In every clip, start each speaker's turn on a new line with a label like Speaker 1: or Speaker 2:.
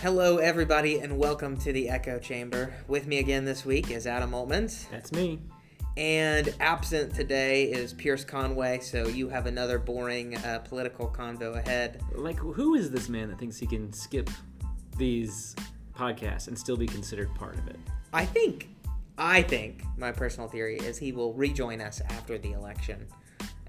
Speaker 1: Hello, everybody, and welcome to the Echo Chamber. With me again this week is Adam Altman,
Speaker 2: That's me.
Speaker 1: and absent today is Pierce Conway. So you have another boring uh, political convo ahead.
Speaker 2: Like, who is this man that thinks he can skip these podcasts and still be considered part of it?
Speaker 1: I think, I think my personal theory is he will rejoin us after the election.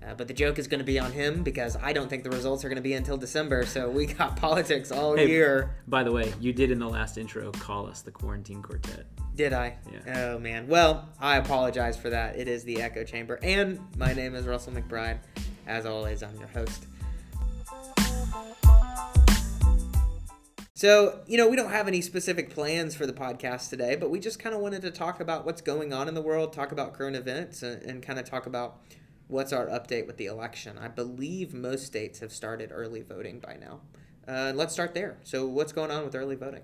Speaker 1: Uh, but the joke is going to be on him because I don't think the results are going to be until December. So we got politics all
Speaker 2: Hey.
Speaker 1: year.
Speaker 2: By the way, you did in the last intro call us the Quarantine Quartet.
Speaker 1: Did I?
Speaker 2: Yeah.
Speaker 1: Oh man. Well, I apologize for that. It is the Echo Chamber, and my name is Russell McBride. As always, I'm your host. So, you know, we don't have any specific plans for the podcast today, but we just kind of wanted to talk about what's going on in the world, talk about current events, and, and kind of talk about what's our update with the election. I believe most states have started early voting by now. Uh, let's start there. So, what's going on with early voting?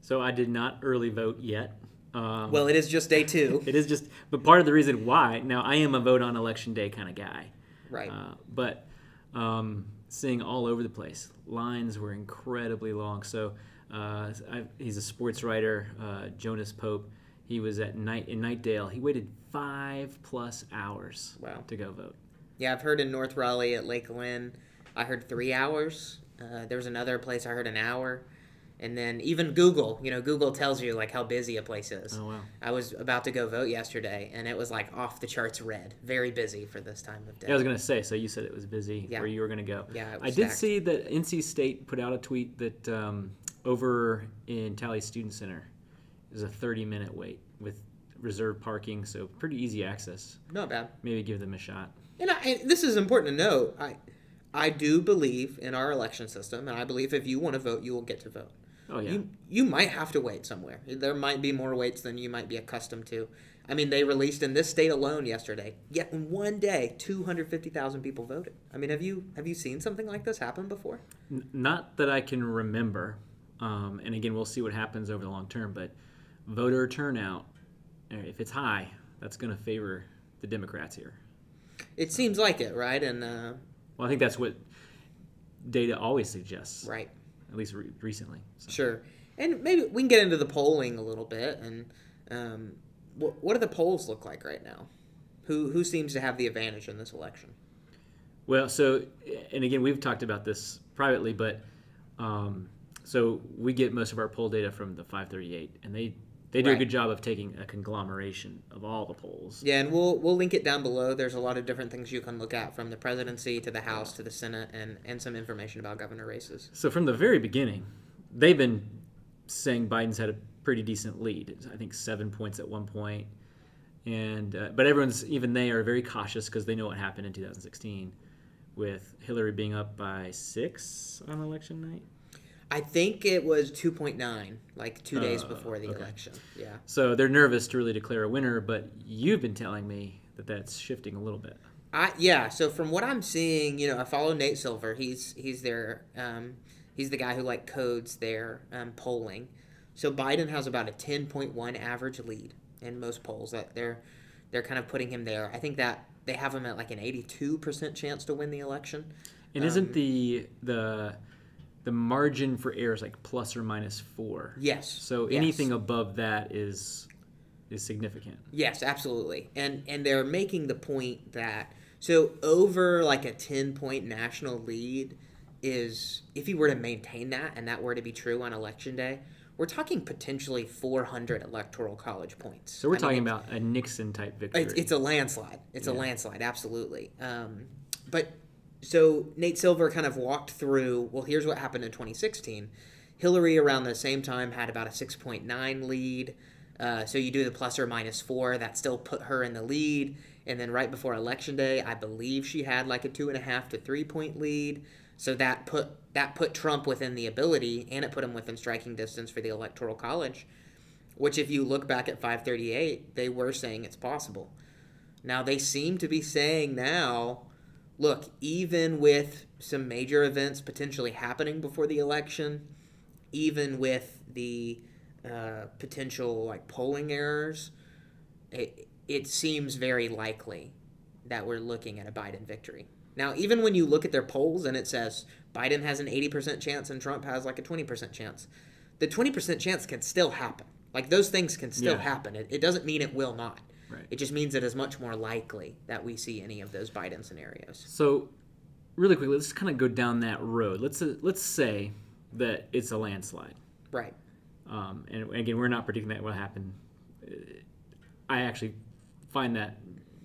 Speaker 2: So I did not early vote yet. Um,
Speaker 1: Well, it is just day two.
Speaker 2: it is just, but part of the reason why, now I am a vote on election day kind of guy.
Speaker 1: Right.
Speaker 2: Uh, but um, seeing all over the place, lines were incredibly long. So uh, I, he's a sports writer, uh, Jonas Pope. He was at night in Nightdale. He waited five plus hours
Speaker 1: Wow.
Speaker 2: to go vote.
Speaker 1: Yeah, I've heard in North Raleigh at Lake Lynn, I heard three hours. Uh, there was another place I heard an hour, and then even Google, you know, Google tells you like how busy a place is.
Speaker 2: Oh wow!
Speaker 1: I was about to go vote yesterday, and it was like off the charts red, very busy for this time of day.
Speaker 2: Yeah, I was gonna say. So you said it was busy
Speaker 1: Yeah.
Speaker 2: where you were gonna go.
Speaker 1: Yeah, it
Speaker 2: I
Speaker 1: was
Speaker 2: did
Speaker 1: stacked.
Speaker 2: see that NC State put out a tweet that um, over in Tally Student Center is a 30-minute wait with reserved parking, so pretty easy access.
Speaker 1: Not bad.
Speaker 2: Maybe give them a shot.
Speaker 1: And, I, and this is important to note. I, I do believe in our election system, and I believe if you want to vote, you will get to vote.
Speaker 2: Oh yeah.
Speaker 1: You you might have to wait somewhere. There might be more waits than you might be accustomed to. I mean, they released in this state alone yesterday. Yet in one day, two hundred fifty thousand people voted. I mean, have you have you seen something like this happen before?
Speaker 2: N- Not that I can remember. Um, and again, we'll see what happens over the long term. But voter turnout, eh, if it's high, that's going to favor the Democrats here.
Speaker 1: It seems like it, right? And uh,
Speaker 2: Well, I think that's what data always suggests,
Speaker 1: right,
Speaker 2: at least re- recently. So.
Speaker 1: sure. And maybe we can get into the polling a little bit. And um, wh- what do the polls look like right now? Who who seems to have the advantage in this election?
Speaker 2: Well, so, and again, we've talked about this privately, but um, so we get most of our poll data from the 538, and they, they do
Speaker 1: Right.
Speaker 2: a good job of taking a conglomeration of all the polls.
Speaker 1: Yeah, and we'll we'll link it down below. There's a lot of different things you can look at from the presidency to the House to the Senate and and some information about governor races.
Speaker 2: So from the very beginning, they've been saying Biden's had a pretty decent lead. It's, I think seven points at one point, and uh, but everyone's even they are very cautious because they know what happened in 2016 with Hillary being up by six on election night.
Speaker 1: I think it was 2.9, like two days
Speaker 2: Uh,
Speaker 1: before the
Speaker 2: okay.
Speaker 1: election. Yeah.
Speaker 2: So they're nervous to really declare a winner. But you've been telling me that that's shifting a little bit.
Speaker 1: I yeah. So from what I'm seeing, you know, I follow Nate Silver. He's he's their um, he's the guy who like codes their um, polling. So Biden has about a 10.1 average lead in most polls. That they're they're kind of putting him there. I think that they have him at like an 82% chance to win the election.
Speaker 2: And isn't the the the margin for error is like plus or minus four?
Speaker 1: Yes.
Speaker 2: So
Speaker 1: yes.
Speaker 2: anything above that is is significant.
Speaker 1: Yes, absolutely. And and they're making the point that so over like a 10 point national lead is if you were to maintain that and that were to be true on election day, we're talking potentially 400 electoral college points.
Speaker 2: So we're
Speaker 1: I mean,
Speaker 2: talking about a Nixon type victory.
Speaker 1: it's, it's a landslide. It's a
Speaker 2: Yeah.
Speaker 1: landslide, absolutely. Um, but so Nate Silver kind of walked through. Well, here's what happened in 2016. Hillary around the same time had about a 6.9 lead. Uh, so you do the plus or minus four, that still put her in the lead. And then right before election day, I believe she had like a two and a half to three point lead. So that put that put Trump within the ability, and it put him within striking distance for the electoral college which if you look back at 538 they were saying it's possible now they seem to be saying now look even with some major events potentially happening before the election even with the uh, potential like polling errors it, it seems very likely that we're looking at a biden victory now even when you look at their polls and it says biden has an 80% chance and trump has like a 20% chance the 20% chance can still happen. Like those things can still
Speaker 2: Yeah.
Speaker 1: happen. It, it doesn't mean it will not.
Speaker 2: Right.
Speaker 1: It just means it is much more likely that we see any of those Biden scenarios.
Speaker 2: So, really quickly, let's kind of go down that road. Let's uh, let's say that it's a landslide,
Speaker 1: Right.
Speaker 2: um, and again, we're not predicting that will happen. Uh, I actually find that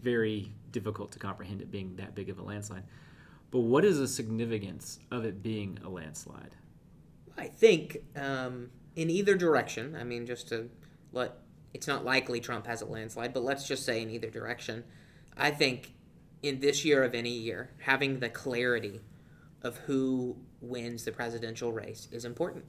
Speaker 2: very difficult to comprehend it being that big of a landslide. But what is the significance of it being a landslide?
Speaker 1: I think um, in either direction, I mean, just to let it's not likely Trump has a landslide, but let's just say in either direction, I think in this year of any year, having the clarity of who wins the presidential race is important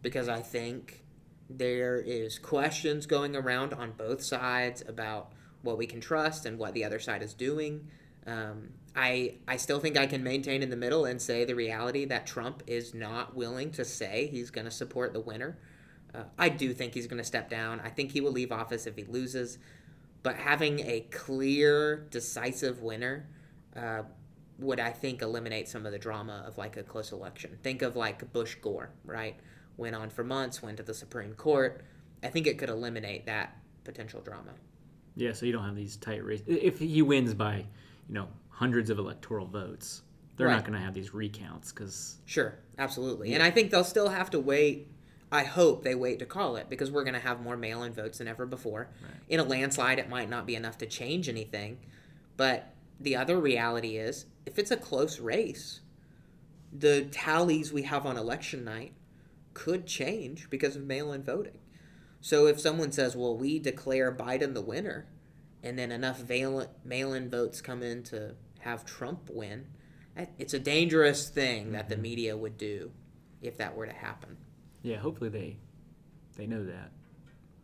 Speaker 1: because I think there is questions going around on both sides about what we can trust and what the other side is doing. Um, I I still think I can maintain in the middle and say the reality that Trump is not willing to say he's going to support the winner. Uh, I do think he's going to step down. I think he will leave office if he loses. But having a clear, decisive winner uh, would, I think, eliminate some of the drama of like a close election. Think of like Bush Gore, right? Went on for months, went to the Supreme Court. I think it could eliminate that potential drama.
Speaker 2: Yeah, so you don't have these tight races. If he wins by, you know, hundreds of electoral votes, they're
Speaker 1: Right.
Speaker 2: not going to have these recounts because
Speaker 1: Sure, absolutely. And I think they'll still have to wait. I hope they wait to call it because we're going to have more mail in votes than ever before. In a landslide, it might not be enough to change anything. But the other reality is if it's a close race, the tallies we have on election night could change because of mail in voting. So if someone says, well, we declare Biden the winner, and then enough mail in votes come in to have Trump win, that- it's a dangerous thing that the
Speaker 2: Mm-hmm.
Speaker 1: media would do if that were to happen.
Speaker 2: yeah, hopefully they they know that.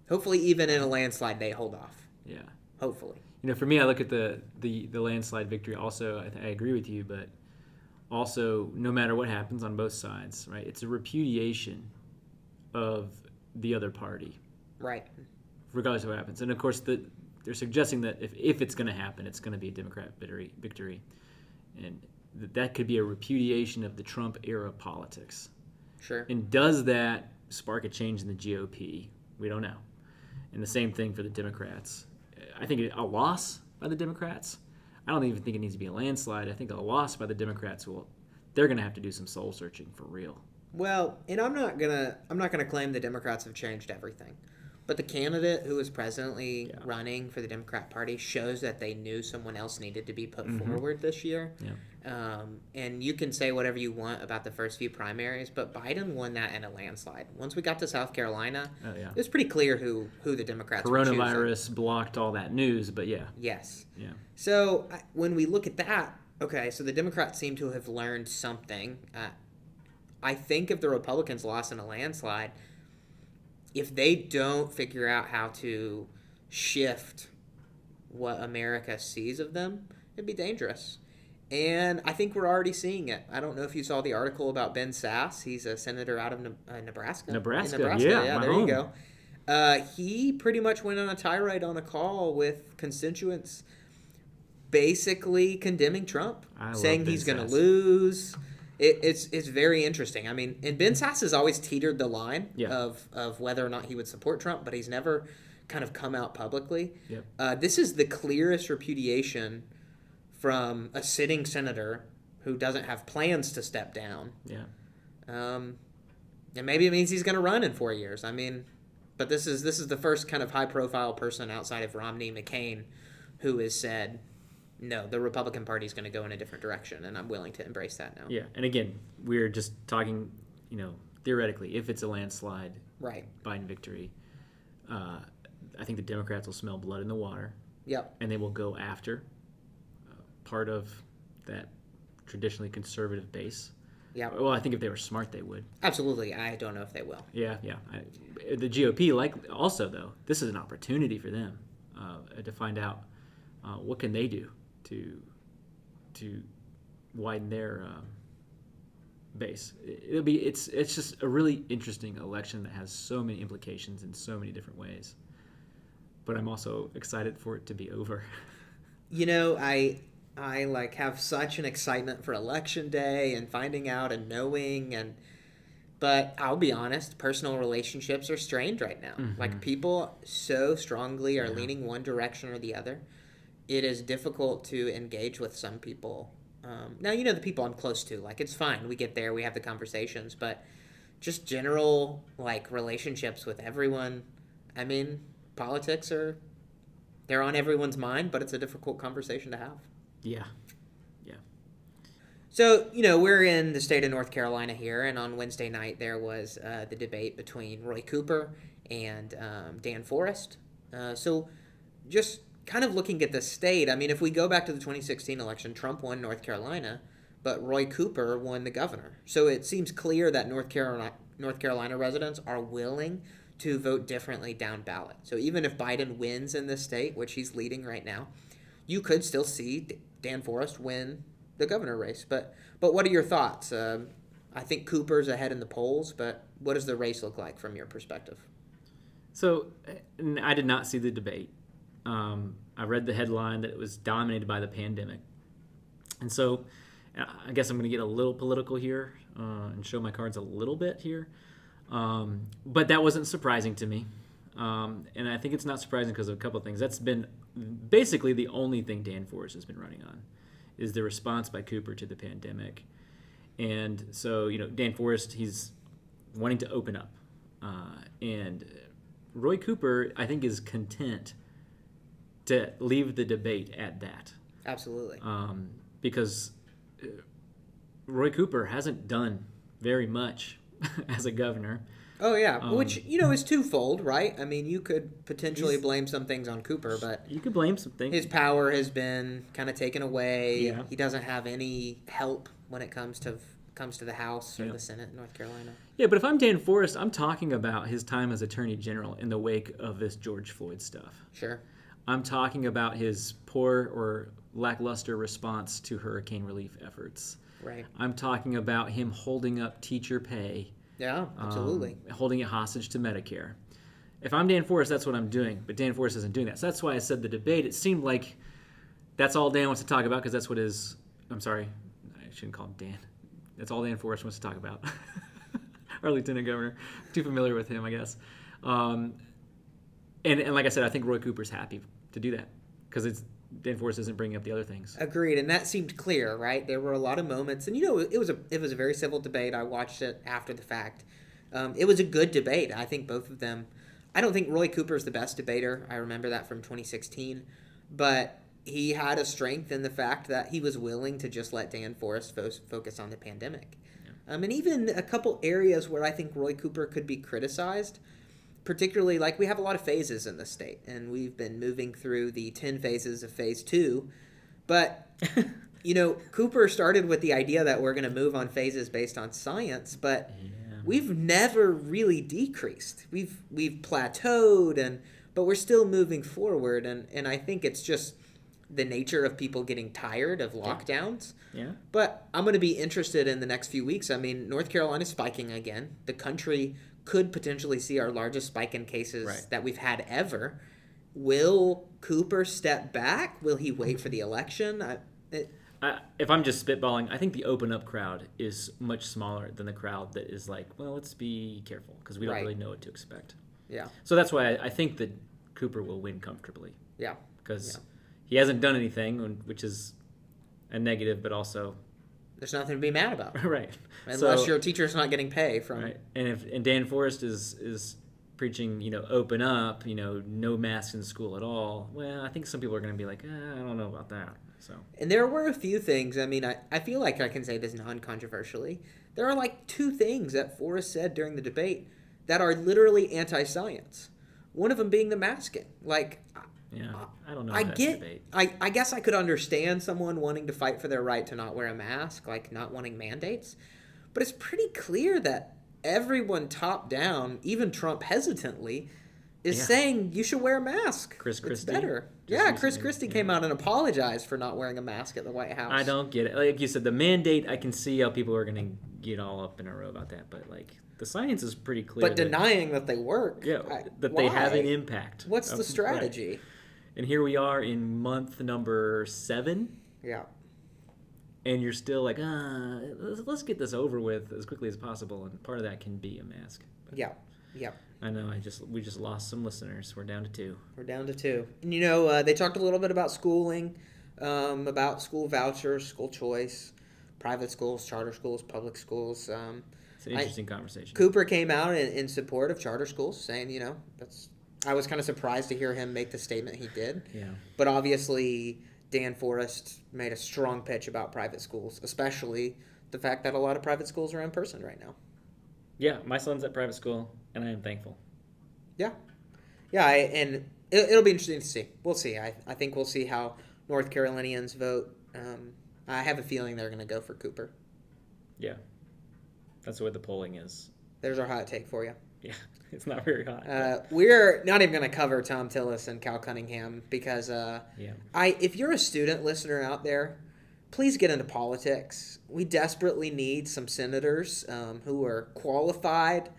Speaker 1: Hopefully, even in a landslide, they hold off.
Speaker 2: Yeah.
Speaker 1: Hopefully.
Speaker 2: you know, for me, I look at the the, the landslide victory. Also, I, th- I agree with you, but also, no matter what happens on both sides, right? It's a repudiation of the other party,
Speaker 1: Right.
Speaker 2: regardless of what happens. And of course, the, they're suggesting that if, if it's going to happen, it's going to be a Democrat victory, victory, and that that could be a repudiation of the Trump era politics.
Speaker 1: Sure.
Speaker 2: And does that spark a change in the GOP? We don't know. And the same thing for the Democrats. I think a loss by the Democrats. I don't even think it needs to be a landslide. I think a loss by the Democrats will. They're going to have to do some soul searching for real.
Speaker 1: Well, and I'm not gonna I'm not gonna claim the Democrats have changed everything, but the candidate who is presently
Speaker 2: Yeah.
Speaker 1: running for the Democrat Party shows that they knew someone else needed to be put forward this year.
Speaker 2: Mm-hmm. Yeah.
Speaker 1: Um, and you can say whatever you want about the first few primaries, but Biden won that in a landslide. Once we got to South Carolina,
Speaker 2: Oh yeah.
Speaker 1: it was pretty clear who who the Democrats were choosing.
Speaker 2: Coronavirus blocked all that news, but yeah,
Speaker 1: Yes.
Speaker 2: yeah,
Speaker 1: So I- when we look at that, okay, so the Democrats seem to have learned something. Uh, I think if the Republicans lost in a landslide, if they don't figure out how to shift what America sees of them, it'd be dangerous. And I think we're already seeing it. I don't know if you saw the article about Ben Sass. He's a senator out of Ne- uh, Nebraska. In
Speaker 2: Nebraska, yeah, my
Speaker 1: there
Speaker 2: home.
Speaker 1: you go. Uh, he pretty much went on a tirade on a call with constituents basically condemning Trump,
Speaker 2: I love
Speaker 1: saying
Speaker 2: Ben
Speaker 1: he's going to
Speaker 2: Sasse.
Speaker 1: lose. It, it's it's very interesting. I mean, and Ben Sass has always teetered the line
Speaker 2: Yeah.
Speaker 1: of of whether or not he would support Trump, but he's never kind of come out publicly.
Speaker 2: Yep.
Speaker 1: Uh, this is the clearest repudiation from a sitting senator who doesn't have plans to step down.
Speaker 2: yeah.
Speaker 1: Um, and maybe it means he's going to run in four years. I mean, but this is this is the first kind of high profile person outside of Romney McCain who has said, no, the Republican Party is going to go in a different direction, and I'm willing to embrace that now.
Speaker 2: Yeah, and again, we're just talking, you know, theoretically, if it's a landslide
Speaker 1: Right.
Speaker 2: Biden victory, uh, I think the Democrats will smell blood in the water.
Speaker 1: Yep.
Speaker 2: and they will go after uh, part of that traditionally conservative base.
Speaker 1: Yep.
Speaker 2: Well, I think if they were smart, they would.
Speaker 1: Absolutely. I don't know if they will.
Speaker 2: Yeah, yeah. I, the GOP, like also though, this is an opportunity for them uh, to find out uh, what can they do to to widen their um, base. It- It'll be it's it's just a really interesting election that has so many implications in so many different ways. But I'm also excited for it to be over.
Speaker 1: You know, I I like have such an excitement for election day and finding out and knowing and But I'll be honest, personal relationships are strained right now. Like people so strongly are leaning one direction or the other. It is difficult to engage with some people. Um, now, you know, the people I'm close to, like, it's fine. We get there, we have the conversations, but just general, like, relationships with everyone. I mean, politics are, they're on everyone's mind, but it's a difficult conversation to have.
Speaker 2: Yeah. Yeah.
Speaker 1: So, you know, we're in the state of North Carolina here, and on Wednesday night there was uh, the debate between Roy Cooper and um, Dan Forrest. Uh, so, just kind of looking at the state, I mean, if we go back to the 2016 election, Trump won North Carolina, but Roy Cooper won the governor. So, it seems clear that North Carolina, North Carolina residents are willing to vote differently down ballot. So, even if Biden wins in this state, which he's leading right now, you could still see D- Dan Forrest win the governor race. But but what are your thoughts? Um, I think Cooper's ahead in the polls, but what does the race look like from your perspective?
Speaker 2: So n- I did not see the debate. Um, I read the headline that it was dominated by the pandemic. And so I I guess I'm going to get a little political here uh, and show my cards a little bit here. Um, but that wasn't surprising to me. Um, and I think it's not surprising because of a couple of things. That's been basically the only thing Dan Forrest has been running on is the response by Cooper to the pandemic. And so, you know, Dan Forrest, he's wanting to open up. Uh, and Roy Cooper, I think, is content to leave the debate at that
Speaker 1: Absolutely.
Speaker 2: um, because uh, Roy Cooper hasn't done very much as a governor.
Speaker 1: Oh yeah,
Speaker 2: Um,
Speaker 1: which you know is
Speaker 2: hmm.
Speaker 1: twofold, right? I mean, you could potentially blame some things on Cooper, but
Speaker 2: You could blame some things.
Speaker 1: his power has been kind of taken away.
Speaker 2: Yeah.
Speaker 1: He doesn't have any help when it comes to comes to the House or
Speaker 2: Yeah.
Speaker 1: the Senate in North Carolina.
Speaker 2: Yeah, but if I'm Dan Forrest, I'm talking about his time as Attorney General in the wake of this George Floyd stuff.
Speaker 1: Sure.
Speaker 2: I'm talking about his poor or lackluster response to hurricane relief efforts.
Speaker 1: Right.
Speaker 2: I'm talking about him holding up teacher pay,
Speaker 1: Yeah,
Speaker 2: um,
Speaker 1: absolutely.
Speaker 2: holding it hostage to Medicare. If I'm Dan Forrest, that's what I'm doing, but Dan Forrest isn't doing that. So that's why I said the debate. It seemed like that's all Dan wants to talk about because that's what his. I'm sorry, I shouldn't call him Dan. That's all Dan Forrest wants to talk about. Our lieutenant governor, too familiar with him, I guess. Um, and, and like I said, I think Roy Cooper's happy to do that because it's Dan Forrest isn't bringing up the other things.
Speaker 1: Agreed, and that seemed clear, right? There were a lot of moments, and you know, it was a it was a very civil debate. I watched it after the fact. Um, it was a good debate. I think both of them. I don't think Roy Cooper is the best debater. I remember that from 2016, but he had a strength in the fact that he was willing to just let Dan Forrest fo- focus on the pandemic, um, and even a couple areas where I think Roy Cooper could be criticized particularly like we have a lot of phases in the state and we've been moving through the 10 phases of phase two but you know cooper started with the idea that we're going to move on phases based on science but
Speaker 2: Yeah.
Speaker 1: we've never really decreased we've we've plateaued and but we're still moving forward and and i think it's just the nature of people getting tired of lockdowns
Speaker 2: Yeah.
Speaker 1: but I'm going to be interested in the next few weeks. I mean, North Carolina's spiking again. The country could potentially see our largest spike in cases
Speaker 2: Right.
Speaker 1: that we've had ever. Will Cooper step back? Will he wait for the election? I, it,
Speaker 2: I, if I'm just spitballing, I think the open up crowd is much smaller than the crowd that is like, well, let's be careful because we don't
Speaker 1: Right.
Speaker 2: really know what to expect.
Speaker 1: yeah,
Speaker 2: So that's why I, I think that Cooper will win comfortably
Speaker 1: yeah,
Speaker 2: because
Speaker 1: Yeah.
Speaker 2: he hasn't done anything, and- which is a negative, but also
Speaker 1: there's nothing to be mad about
Speaker 2: right.
Speaker 1: unless
Speaker 2: So-
Speaker 1: your teacher's not getting pay from.
Speaker 2: right, and if and Dan Forrest is is preaching, you know, open up, you know, no masks in school at all. Well, I think some people are going to be like, eh, I don't know about that. So
Speaker 1: And there were a few things. I mean, I, I feel like I can say this non controversially. There are like two things that Forrest said during the debate that are literally anti science. One of them being the masking. Like,
Speaker 2: yeah, I don't know.
Speaker 1: Uh, I
Speaker 2: how to
Speaker 1: get.
Speaker 2: debate.
Speaker 1: I, I guess I could understand someone wanting to fight for their right to not wear a mask, like not wanting mandates. But it's pretty clear that everyone top down, even Trump hesitantly, is
Speaker 2: Yeah.
Speaker 1: saying you should wear a mask.
Speaker 2: Chris
Speaker 1: It's
Speaker 2: Christie,
Speaker 1: better.
Speaker 2: just
Speaker 1: Yeah, Chris
Speaker 2: recently,
Speaker 1: Christie
Speaker 2: yeah.
Speaker 1: came out and apologized for not wearing a mask at the White House.
Speaker 2: I don't get it. Like you said, the mandate, I can see how people are going to get all up in a row about that, but like the science is pretty clear.
Speaker 1: But
Speaker 2: that-
Speaker 1: denying that they work.
Speaker 2: yeah,
Speaker 1: I-
Speaker 2: that they have
Speaker 1: why?
Speaker 2: an impact.
Speaker 1: What's
Speaker 2: Um,
Speaker 1: the strategy?
Speaker 2: right. And here we are in month number seven,
Speaker 1: Yeah.
Speaker 2: and you're still like, ah, let's, let's get this over with as quickly as possible. And part of that can be a mask. But
Speaker 1: Yeah. Yeah.
Speaker 2: I know. I just we just lost some listeners. We're down to two.
Speaker 1: We're down to two. And you know, uh, they talked a little bit about schooling, um, about school vouchers, school choice, private schools, charter schools, public schools. Um,
Speaker 2: It's an
Speaker 1: I-
Speaker 2: interesting conversation.
Speaker 1: Cooper came out in, in support of charter schools, saying, you know, that's. I was kind of surprised to hear him make the statement he did,
Speaker 2: Yeah.
Speaker 1: but obviously Dan Forrest made a strong pitch about private schools, especially the fact that a lot of private schools are in person right now.
Speaker 2: Yeah. My son's at private school, and I am thankful.
Speaker 1: Yeah, yeah, I, and it, it'll be interesting to see. We'll see. I, I think we'll see how North Carolinians vote. Um, I have a feeling they're going to go for Cooper.
Speaker 2: Yeah. That's the way the polling is.
Speaker 1: There's our hot take for you.
Speaker 2: Yeah. It's not very hot.
Speaker 1: Uh, we're not even going to cover Tom Tillis and Cal Cunningham because uh,
Speaker 2: yeah.
Speaker 1: I, if you're a student listener out there, please get into politics. We desperately need some senators um, who are qualified,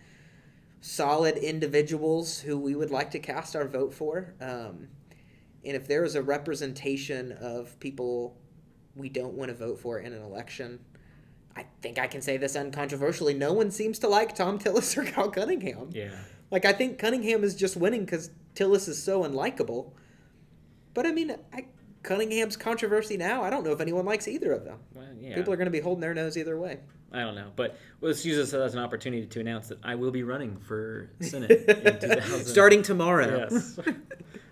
Speaker 1: solid individuals who we would like to cast our vote for. Um, and if there is a representation of people we don't want to vote for in an election, I think I can say this uncontroversially. No one seems to like Tom Tillis or Cal Cunningham.
Speaker 2: Yeah.
Speaker 1: Like I think Cunningham is just winning because Tillis is so unlikable. But I mean, I, Cunningham's controversy now. I don't know if anyone likes either of them.
Speaker 2: Well, yeah.
Speaker 1: People are going to be holding their nose either way.
Speaker 2: I don't know, but let's use this as an opportunity to announce that I will be running for Senate in 2000.
Speaker 1: Starting tomorrow.
Speaker 2: Yes.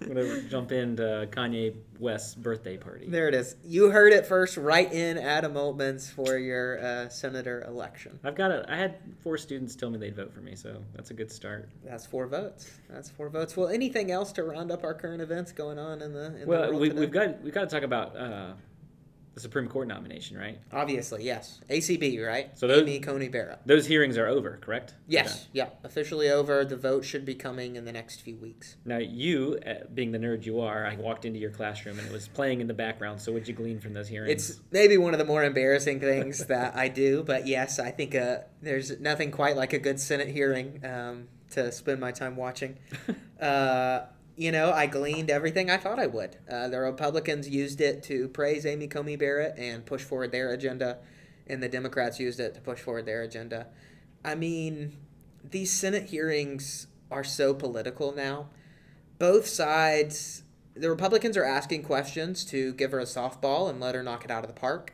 Speaker 2: I'm gonna jump into Kanye West's birthday party.
Speaker 1: There it is. You heard it first, right in Adam Altman's for your uh, senator election.
Speaker 2: I've got a. I had four students tell me they'd vote for me, so that's a good start.
Speaker 1: That's four votes. That's four votes. Well, anything else to round up our current events going on in the? In the
Speaker 2: Well,
Speaker 1: world
Speaker 2: we,
Speaker 1: today?
Speaker 2: we've got we've got to talk about uh, the Supreme Court nomination, right?
Speaker 1: obviously yes. ACB right?
Speaker 2: So those-
Speaker 1: Amy Coney Barrett.
Speaker 2: Those hearings are over, correct?
Speaker 1: Yes. Yeah. Officially over. The vote should be coming in the next few weeks.
Speaker 2: Now you, uh, being the nerd you are, I walked into your classroom and it was playing in the background. So what'd you glean from those hearings?
Speaker 1: It's maybe one of the more embarrassing things that I do, but yes, I think uh, there's nothing quite like a good Senate hearing um, to spend my time watching. Uh, you know, I gleaned everything I thought I would. Uh, the Republicans used it to praise Amy Comey Barrett and push forward their agenda, and the Democrats used it to push forward their agenda. I mean, these Senate hearings are so political now both sides the republicans are asking questions to give her a softball and let her knock it out of the park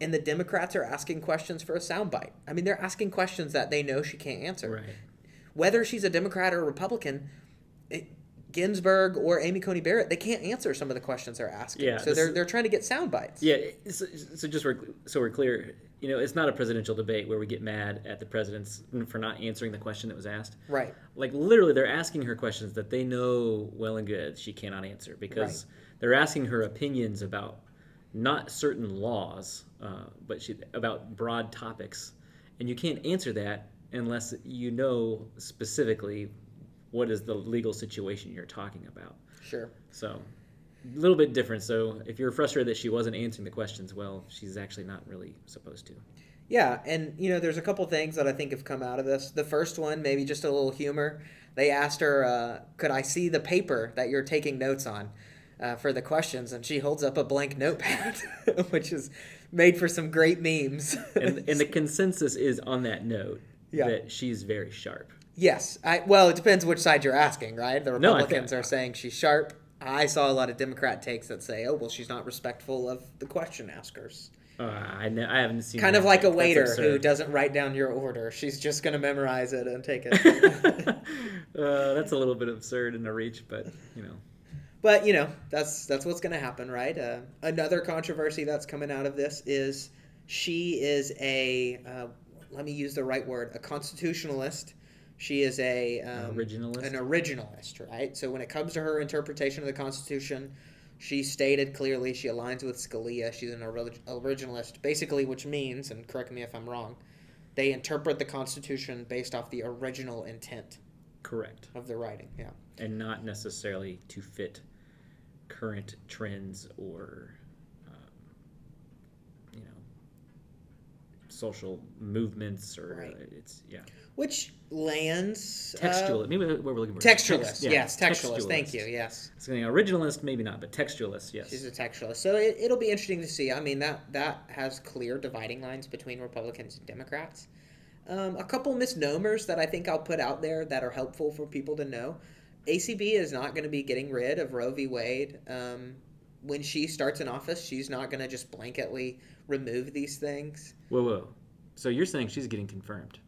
Speaker 1: and the democrats are asking questions for a soundbite i mean they're asking questions that they know she can't answer
Speaker 2: right.
Speaker 1: whether she's a democrat or a republican it, ginsburg or amy coney barrett they can't answer some of the questions they're asking
Speaker 2: Yeah,
Speaker 1: so
Speaker 2: this
Speaker 1: they're,
Speaker 2: is-
Speaker 1: they're trying to get sound bites
Speaker 2: Yeah. So, so just we're, so we're clear, you know, it's not a presidential debate where we get mad at the president's for not answering the question that was asked.
Speaker 1: right
Speaker 2: Like literally, they're asking her questions that they know well and good she cannot answer because they're asking her opinions about not certain laws, uh, but she, about broad topics, and you can't answer that unless you know specifically what is the legal situation you're talking about.
Speaker 1: sure
Speaker 2: So, a little bit different. So, if you're frustrated that she wasn't answering the questions, well, she's actually not really supposed to.
Speaker 1: Yeah, and you know, there's a couple things that I think have come out of this. The first one, maybe just a little humor. They asked her, uh, "Could I see the paper that you're taking notes on uh, for the questions?" And she holds up a blank notepad, which is made for some great memes.
Speaker 2: And, and the consensus is on that note
Speaker 1: Yeah.
Speaker 2: that she's very sharp.
Speaker 1: yes, I well, it depends which side you're asking, right? The
Speaker 2: No, I think-
Speaker 1: Republicans are saying she's sharp. I saw a lot of Democrat takes that say, "Oh, well, she's not respectful of the question askers."
Speaker 2: Uh, I, ne- I haven't seen
Speaker 1: Kind
Speaker 2: that
Speaker 1: of like a
Speaker 2: yet. That's
Speaker 1: waiter who
Speaker 2: absurd.
Speaker 1: doesn't write down your order; she's just going to memorize it and take it.
Speaker 2: uh, that's a little bit absurd in the reach, but you know,
Speaker 1: But you know that's that's what's going to happen, right? Uh, another controversy that's coming out of this is she is a uh, let me use the right word a constitutionalist. She is a um,
Speaker 2: originalist.
Speaker 1: an originalist, right? So when it comes to her interpretation of the Constitution, she stated clearly she aligns with Scalia. She's an ori- originalist, basically, which means, and correct me if I'm wrong, they interpret the Constitution based off the original intent
Speaker 2: Correct,
Speaker 1: of the writing. Yeah.
Speaker 2: and not necessarily to fit current trends or um, you know social movements or uh,
Speaker 1: Right. Uh,
Speaker 2: it's yeah
Speaker 1: Which lands uh,
Speaker 2: textualist. maybe what we're looking for
Speaker 1: textualist.
Speaker 2: Text- yeah,
Speaker 1: yes, textualist. Thank
Speaker 2: textualist.
Speaker 1: you. Yes,
Speaker 2: It's going to originalist, maybe not, but textualist. Yes.
Speaker 1: she's a textualist. So it, it'll be interesting to see. I mean, that that has clear dividing lines between Republicans and Democrats. Um, a couple misnomers that I think I'll put out there that are helpful for people to know. ACB is not going to be getting rid of Roe v. Wade. Um, when she starts in office, she's not going to just blanketly remove these things.
Speaker 2: Whoa, whoa. So you're saying she's getting confirmed?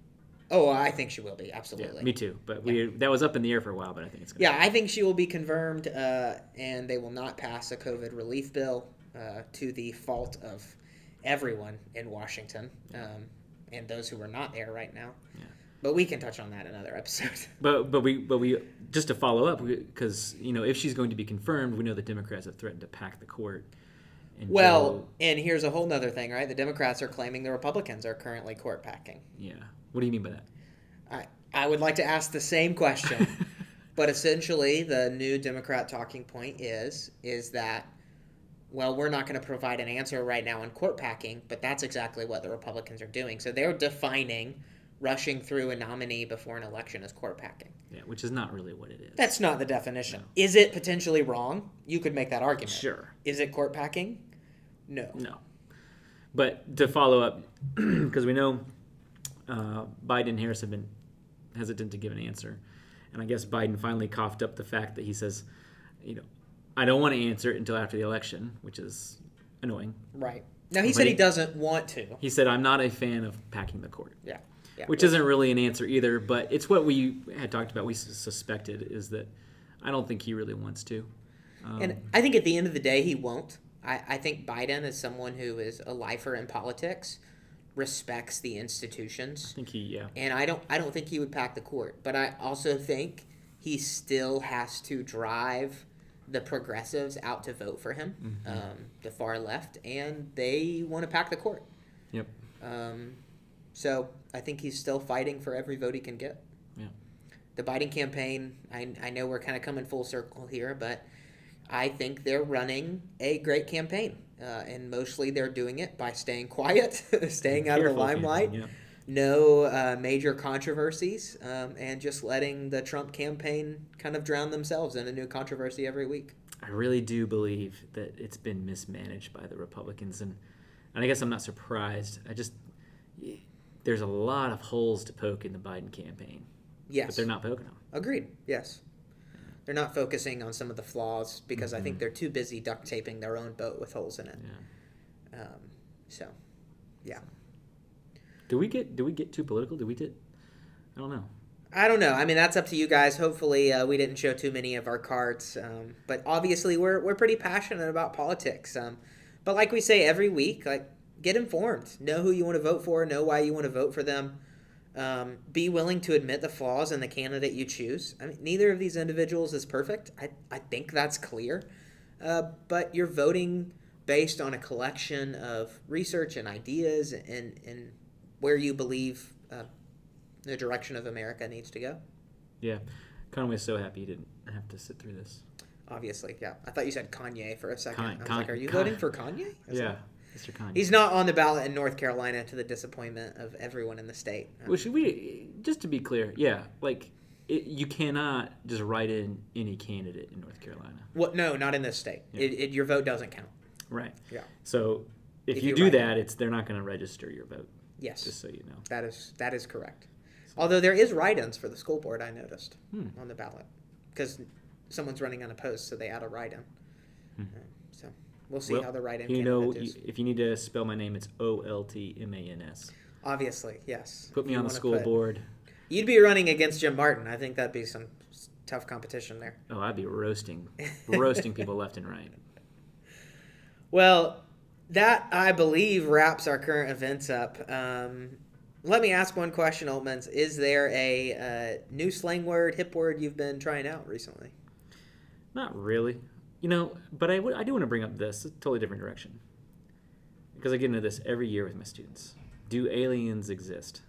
Speaker 1: Oh, I think she will be
Speaker 2: Yeah,
Speaker 1: absolutely.
Speaker 2: me too. But we that was up in the air for a while, but I think it's going.
Speaker 1: Yeah, I think she will be confirmed, uh, and they will not pass a COVID relief bill uh, to the fault of everyone in Washington um, and those who are not there right now.
Speaker 2: Yeah.
Speaker 1: But we can touch on that in another episode.
Speaker 2: But but we but we just to follow up because you know if she's going to be confirmed, we know the Democrats have threatened to pack the court. And
Speaker 1: well,
Speaker 2: Joe-
Speaker 1: and here's a whole nother thing, right? The Democrats are claiming the Republicans are currently court packing.
Speaker 2: yeah. What do you mean by that?
Speaker 1: I, I would like to ask the same question. but essentially, the new Democrat talking point is is that well, we're not going to provide an answer right now on court packing, but that's exactly what the Republicans are doing. So they're defining rushing through a nominee before an election as court packing.
Speaker 2: Yeah, which is not really what it is.
Speaker 1: That's not the definition. Is it potentially wrong? You could make that argument.
Speaker 2: sure. Mm.
Speaker 1: Is it court packing? No.
Speaker 2: No. But to follow up, because we know uh, Biden and Harris have been hesitant to give an answer, and I guess Biden finally coughed up the fact that he says, you know, I don't want to answer it until after the election, which is annoying.
Speaker 1: Right. Now he said he
Speaker 2: he-
Speaker 1: doesn't want to.
Speaker 2: He said, I'm not a fan of packing the court,
Speaker 1: Yeah. Yeah.
Speaker 2: which isn't really an answer either, but it's what we had talked about. We s- suspected is that I don't think he really wants to.
Speaker 1: And I think at the end of the day, he won't. I, I think Biden is someone who is a lifer in politics, respects the
Speaker 2: I
Speaker 1: institutions,
Speaker 2: think he, yeah.
Speaker 1: and I don't I don't think he would pack the court. But I also think he still has to drive the progressives out to vote for him,
Speaker 2: Mm-hmm.
Speaker 1: um, the far left, and they want to pack the court.
Speaker 2: Yep.
Speaker 1: Um, so I think he's still fighting for every vote he can get.
Speaker 2: Yeah.
Speaker 1: The Biden campaign, I, I know we're kind of coming full circle here, but I think they're running a great campaign. Uh, and mostly they're doing it by staying quiet, staying out of the
Speaker 2: Careful, Anthony,
Speaker 1: limelight,
Speaker 2: yeah.
Speaker 1: no uh, major controversies, um, and just letting the Trump campaign kind of drown themselves in a new controversy every week.
Speaker 2: I really do believe that it's been mismanaged by the Republicans, and and I guess I'm not surprised. I just there's a lot of holes to poke in the Biden campaign,
Speaker 1: Yes.
Speaker 2: but they're not poking them.
Speaker 1: Agreed. Yes. They're not focusing on some of the flaws because I
Speaker 2: Mm-hmm.
Speaker 1: think they're too busy duct taping their own boat with holes in it.
Speaker 2: Yeah.
Speaker 1: Um, so, yeah.
Speaker 2: Do we get do we get too political? Do we get? I don't know.
Speaker 1: I don't know. I mean, that's up to you guys. Hopefully, uh, we didn't show too many of our cards. Um, but obviously, we're, we're pretty passionate about politics. Um, but like we say every week, like get informed. Know who you want to vote for. Know why you want to vote for them. Um, be willing to admit the flaws in the candidate you choose. I mean, neither of these individuals is perfect. I, I think that's clear. Uh, but you're voting based on a collection of research and ideas and, and where you believe uh, the direction of America needs to go.
Speaker 2: Yeah, Conway's so happy he didn't have to sit through this.
Speaker 1: Obviously, yeah. I thought you said Kanye for a second.
Speaker 2: Con-
Speaker 1: I was
Speaker 2: Con-
Speaker 1: like, are you
Speaker 2: Con-
Speaker 1: voting for Kanye? I was
Speaker 2: yeah,
Speaker 1: like,
Speaker 2: Mr. Kanye.
Speaker 1: He's not on the ballot in North Carolina to the disappointment of everyone in the state. Um,
Speaker 2: Well, should we just to be clear? Yeah, like it, you cannot just write in any candidate in North Carolina,
Speaker 1: What? No, not in this state. It, it, your vote doesn't count.
Speaker 2: right?
Speaker 1: Yeah.
Speaker 2: So if,
Speaker 1: If
Speaker 2: you,
Speaker 1: you
Speaker 2: do
Speaker 1: write-
Speaker 2: that, it's they're not going to register your vote.
Speaker 1: Yes,
Speaker 2: Just so you know.
Speaker 1: that is that is correct. Although there is write-ins for the school board, I noticed
Speaker 2: Hmm.
Speaker 1: on the ballot because someone's running unopposed, so they add a write-in. Um, so we'll see
Speaker 2: Hmm. Well,
Speaker 1: how the write-in
Speaker 2: You
Speaker 1: candidate
Speaker 2: know,
Speaker 1: is.
Speaker 2: you, if you need to spell my name, it's O L T M A N S.
Speaker 1: Obviously, yes.
Speaker 2: Put
Speaker 1: If
Speaker 2: me
Speaker 1: you
Speaker 2: on the
Speaker 1: wanna
Speaker 2: school
Speaker 1: put-
Speaker 2: board.
Speaker 1: You'd be running against Jim Martin. I think that'd be some s- tough competition there.
Speaker 2: Oh, I'd be roasting, roasting people left and right.
Speaker 1: Well, that I believe wraps our current events up. Um, let me ask one question, Altman's. Is there a uh, new slang word, hip word you've been trying out recently?
Speaker 2: Not really, you know. But I, would- I do want to bring up this a totally different direction because I get into this every year with my students. Do aliens exist?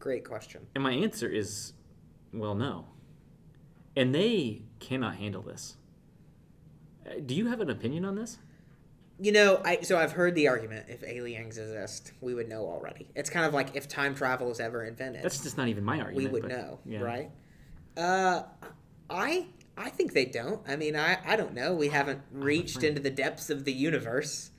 Speaker 1: Great question.
Speaker 2: And my answer is, well, no. And they cannot handle this. Uh, Do you have an opinion on this?
Speaker 1: You know, I so I've heard the argument if aliens exist, we would know already. It's kind of like if time travel is ever invented,
Speaker 2: That's just not even my argument.
Speaker 1: Uh, we would
Speaker 2: but-
Speaker 1: know,
Speaker 2: yeah.
Speaker 1: right? Uh, I I think they don't. I mean, I I don't know. We haven't reached into the depths of the universe.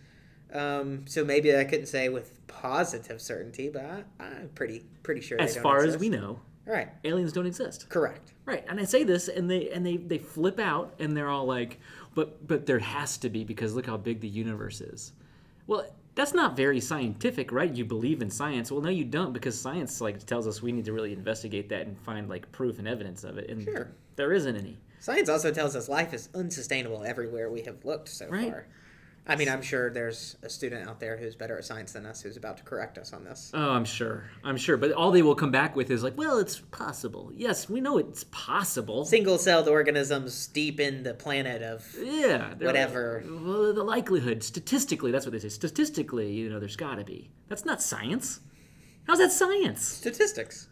Speaker 1: Um, so maybe I couldn't say with positive certainty, but I, I'm pretty pretty sure.
Speaker 2: As
Speaker 1: they don't
Speaker 2: far as
Speaker 1: exist.
Speaker 2: we know,
Speaker 1: All right,
Speaker 2: aliens don't exist.
Speaker 1: correct.
Speaker 2: Right, and I say this, and they and they they flip out, and they're all like, "But but there has to be because look how big the universe is." Well, that's not very scientific, right? You believe in science. Well, no, you don't, because science like tells us we need to really investigate that and find like proof and evidence of it, and
Speaker 1: Sure.
Speaker 2: there isn't any.
Speaker 1: Science also tells us life is unsustainable everywhere we have looked so
Speaker 2: Right.
Speaker 1: far. I mean, I'm sure there's a student out there who's better at science than us who's about to correct us on this.
Speaker 2: Oh, I'm sure, I'm sure. But all they will come back with is like, "Well, it's possible." Yes, we know it's possible.
Speaker 1: Single celled organisms deep in the planet of.
Speaker 2: Yeah, they're
Speaker 1: Whatever.
Speaker 2: like, well, the likelihood, statistically, that's what they say. Statistically, you know, there's got to be. That's not science. How's that science?
Speaker 1: Statistics.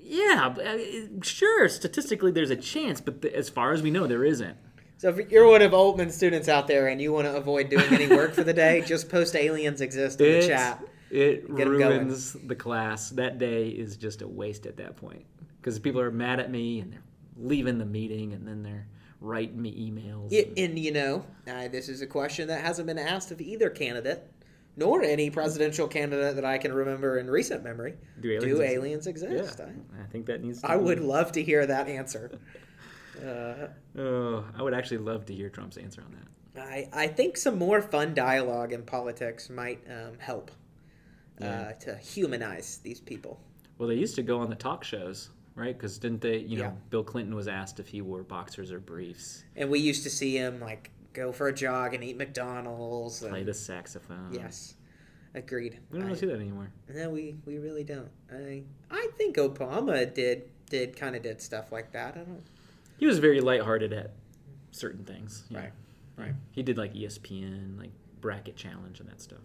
Speaker 2: Yeah, but, uh, sure. Statistically, there's a chance, but th- as far as we know, there isn't.
Speaker 1: So if you're one of Altman's students out there and you want to avoid doing any work for the day, just post aliens exist in the
Speaker 2: It-
Speaker 1: chat.
Speaker 2: It
Speaker 1: Get 'em going.
Speaker 2: ruins the class. That day is just a waste at that point because people are mad at me and they're leaving the meeting and then they're writing me emails.
Speaker 1: Y- And you know, uh, this is a question that hasn't been asked of either candidate, nor any presidential candidate that I can remember in recent memory.
Speaker 2: Do aliens
Speaker 1: Do
Speaker 2: exist?
Speaker 1: aliens
Speaker 2: yeah,
Speaker 1: exist?
Speaker 2: I think that needs. To
Speaker 1: I, I
Speaker 2: be-
Speaker 1: would love to hear that answer. Uh,
Speaker 2: Oh, I would actually love to hear Trump's answer on that.
Speaker 1: I, I think some more fun dialogue in politics might um, help
Speaker 2: Yeah.
Speaker 1: uh, to humanize these people.
Speaker 2: Well, they used to go on the talk shows, right? Because didn't they? You know,
Speaker 1: Yeah.
Speaker 2: Bill Clinton was asked if he wore boxers or briefs,
Speaker 1: And we used to see him like go for a jog and eat McDonald's. and-
Speaker 2: play the saxophone.
Speaker 1: Yes, agreed.
Speaker 2: we don't
Speaker 1: I-
Speaker 2: really see that anymore.
Speaker 1: no, we, we really don't. I I think Obama did did kind of did stuff like that. I don't.
Speaker 2: He was very lighthearted at certain things. you know.
Speaker 1: Right, right.
Speaker 2: He did like E ESPN, like bracket challenge and that stuff.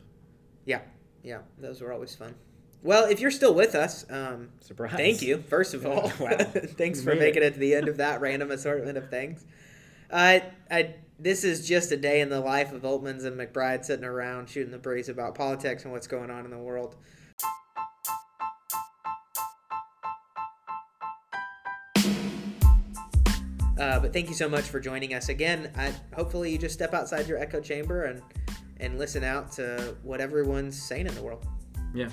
Speaker 1: Yeah, yeah. Those were always fun. Well, if you're still with us, um,
Speaker 2: Surprise!
Speaker 1: Thank you, first of all.
Speaker 2: Wow.
Speaker 1: Thanks
Speaker 2: You
Speaker 1: for
Speaker 2: made
Speaker 1: making
Speaker 2: it.
Speaker 1: it to the end of that random assortment of things. I, I, this is just a day in the life of Altman's and McBride sitting around shooting the breeze about politics and what's going on in the world. Uh, but thank you so much for joining us again. I, hopefully, you just step outside your echo chamber and and listen out to what everyone's saying in the world.
Speaker 2: Yeah,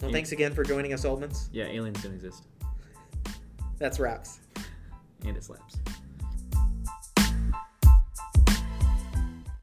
Speaker 1: Well,
Speaker 2: Yeah.
Speaker 1: thanks again for joining us, Oldmans.
Speaker 2: yeah. Aliens don't exist,
Speaker 1: That's wraps.
Speaker 2: and it slaps.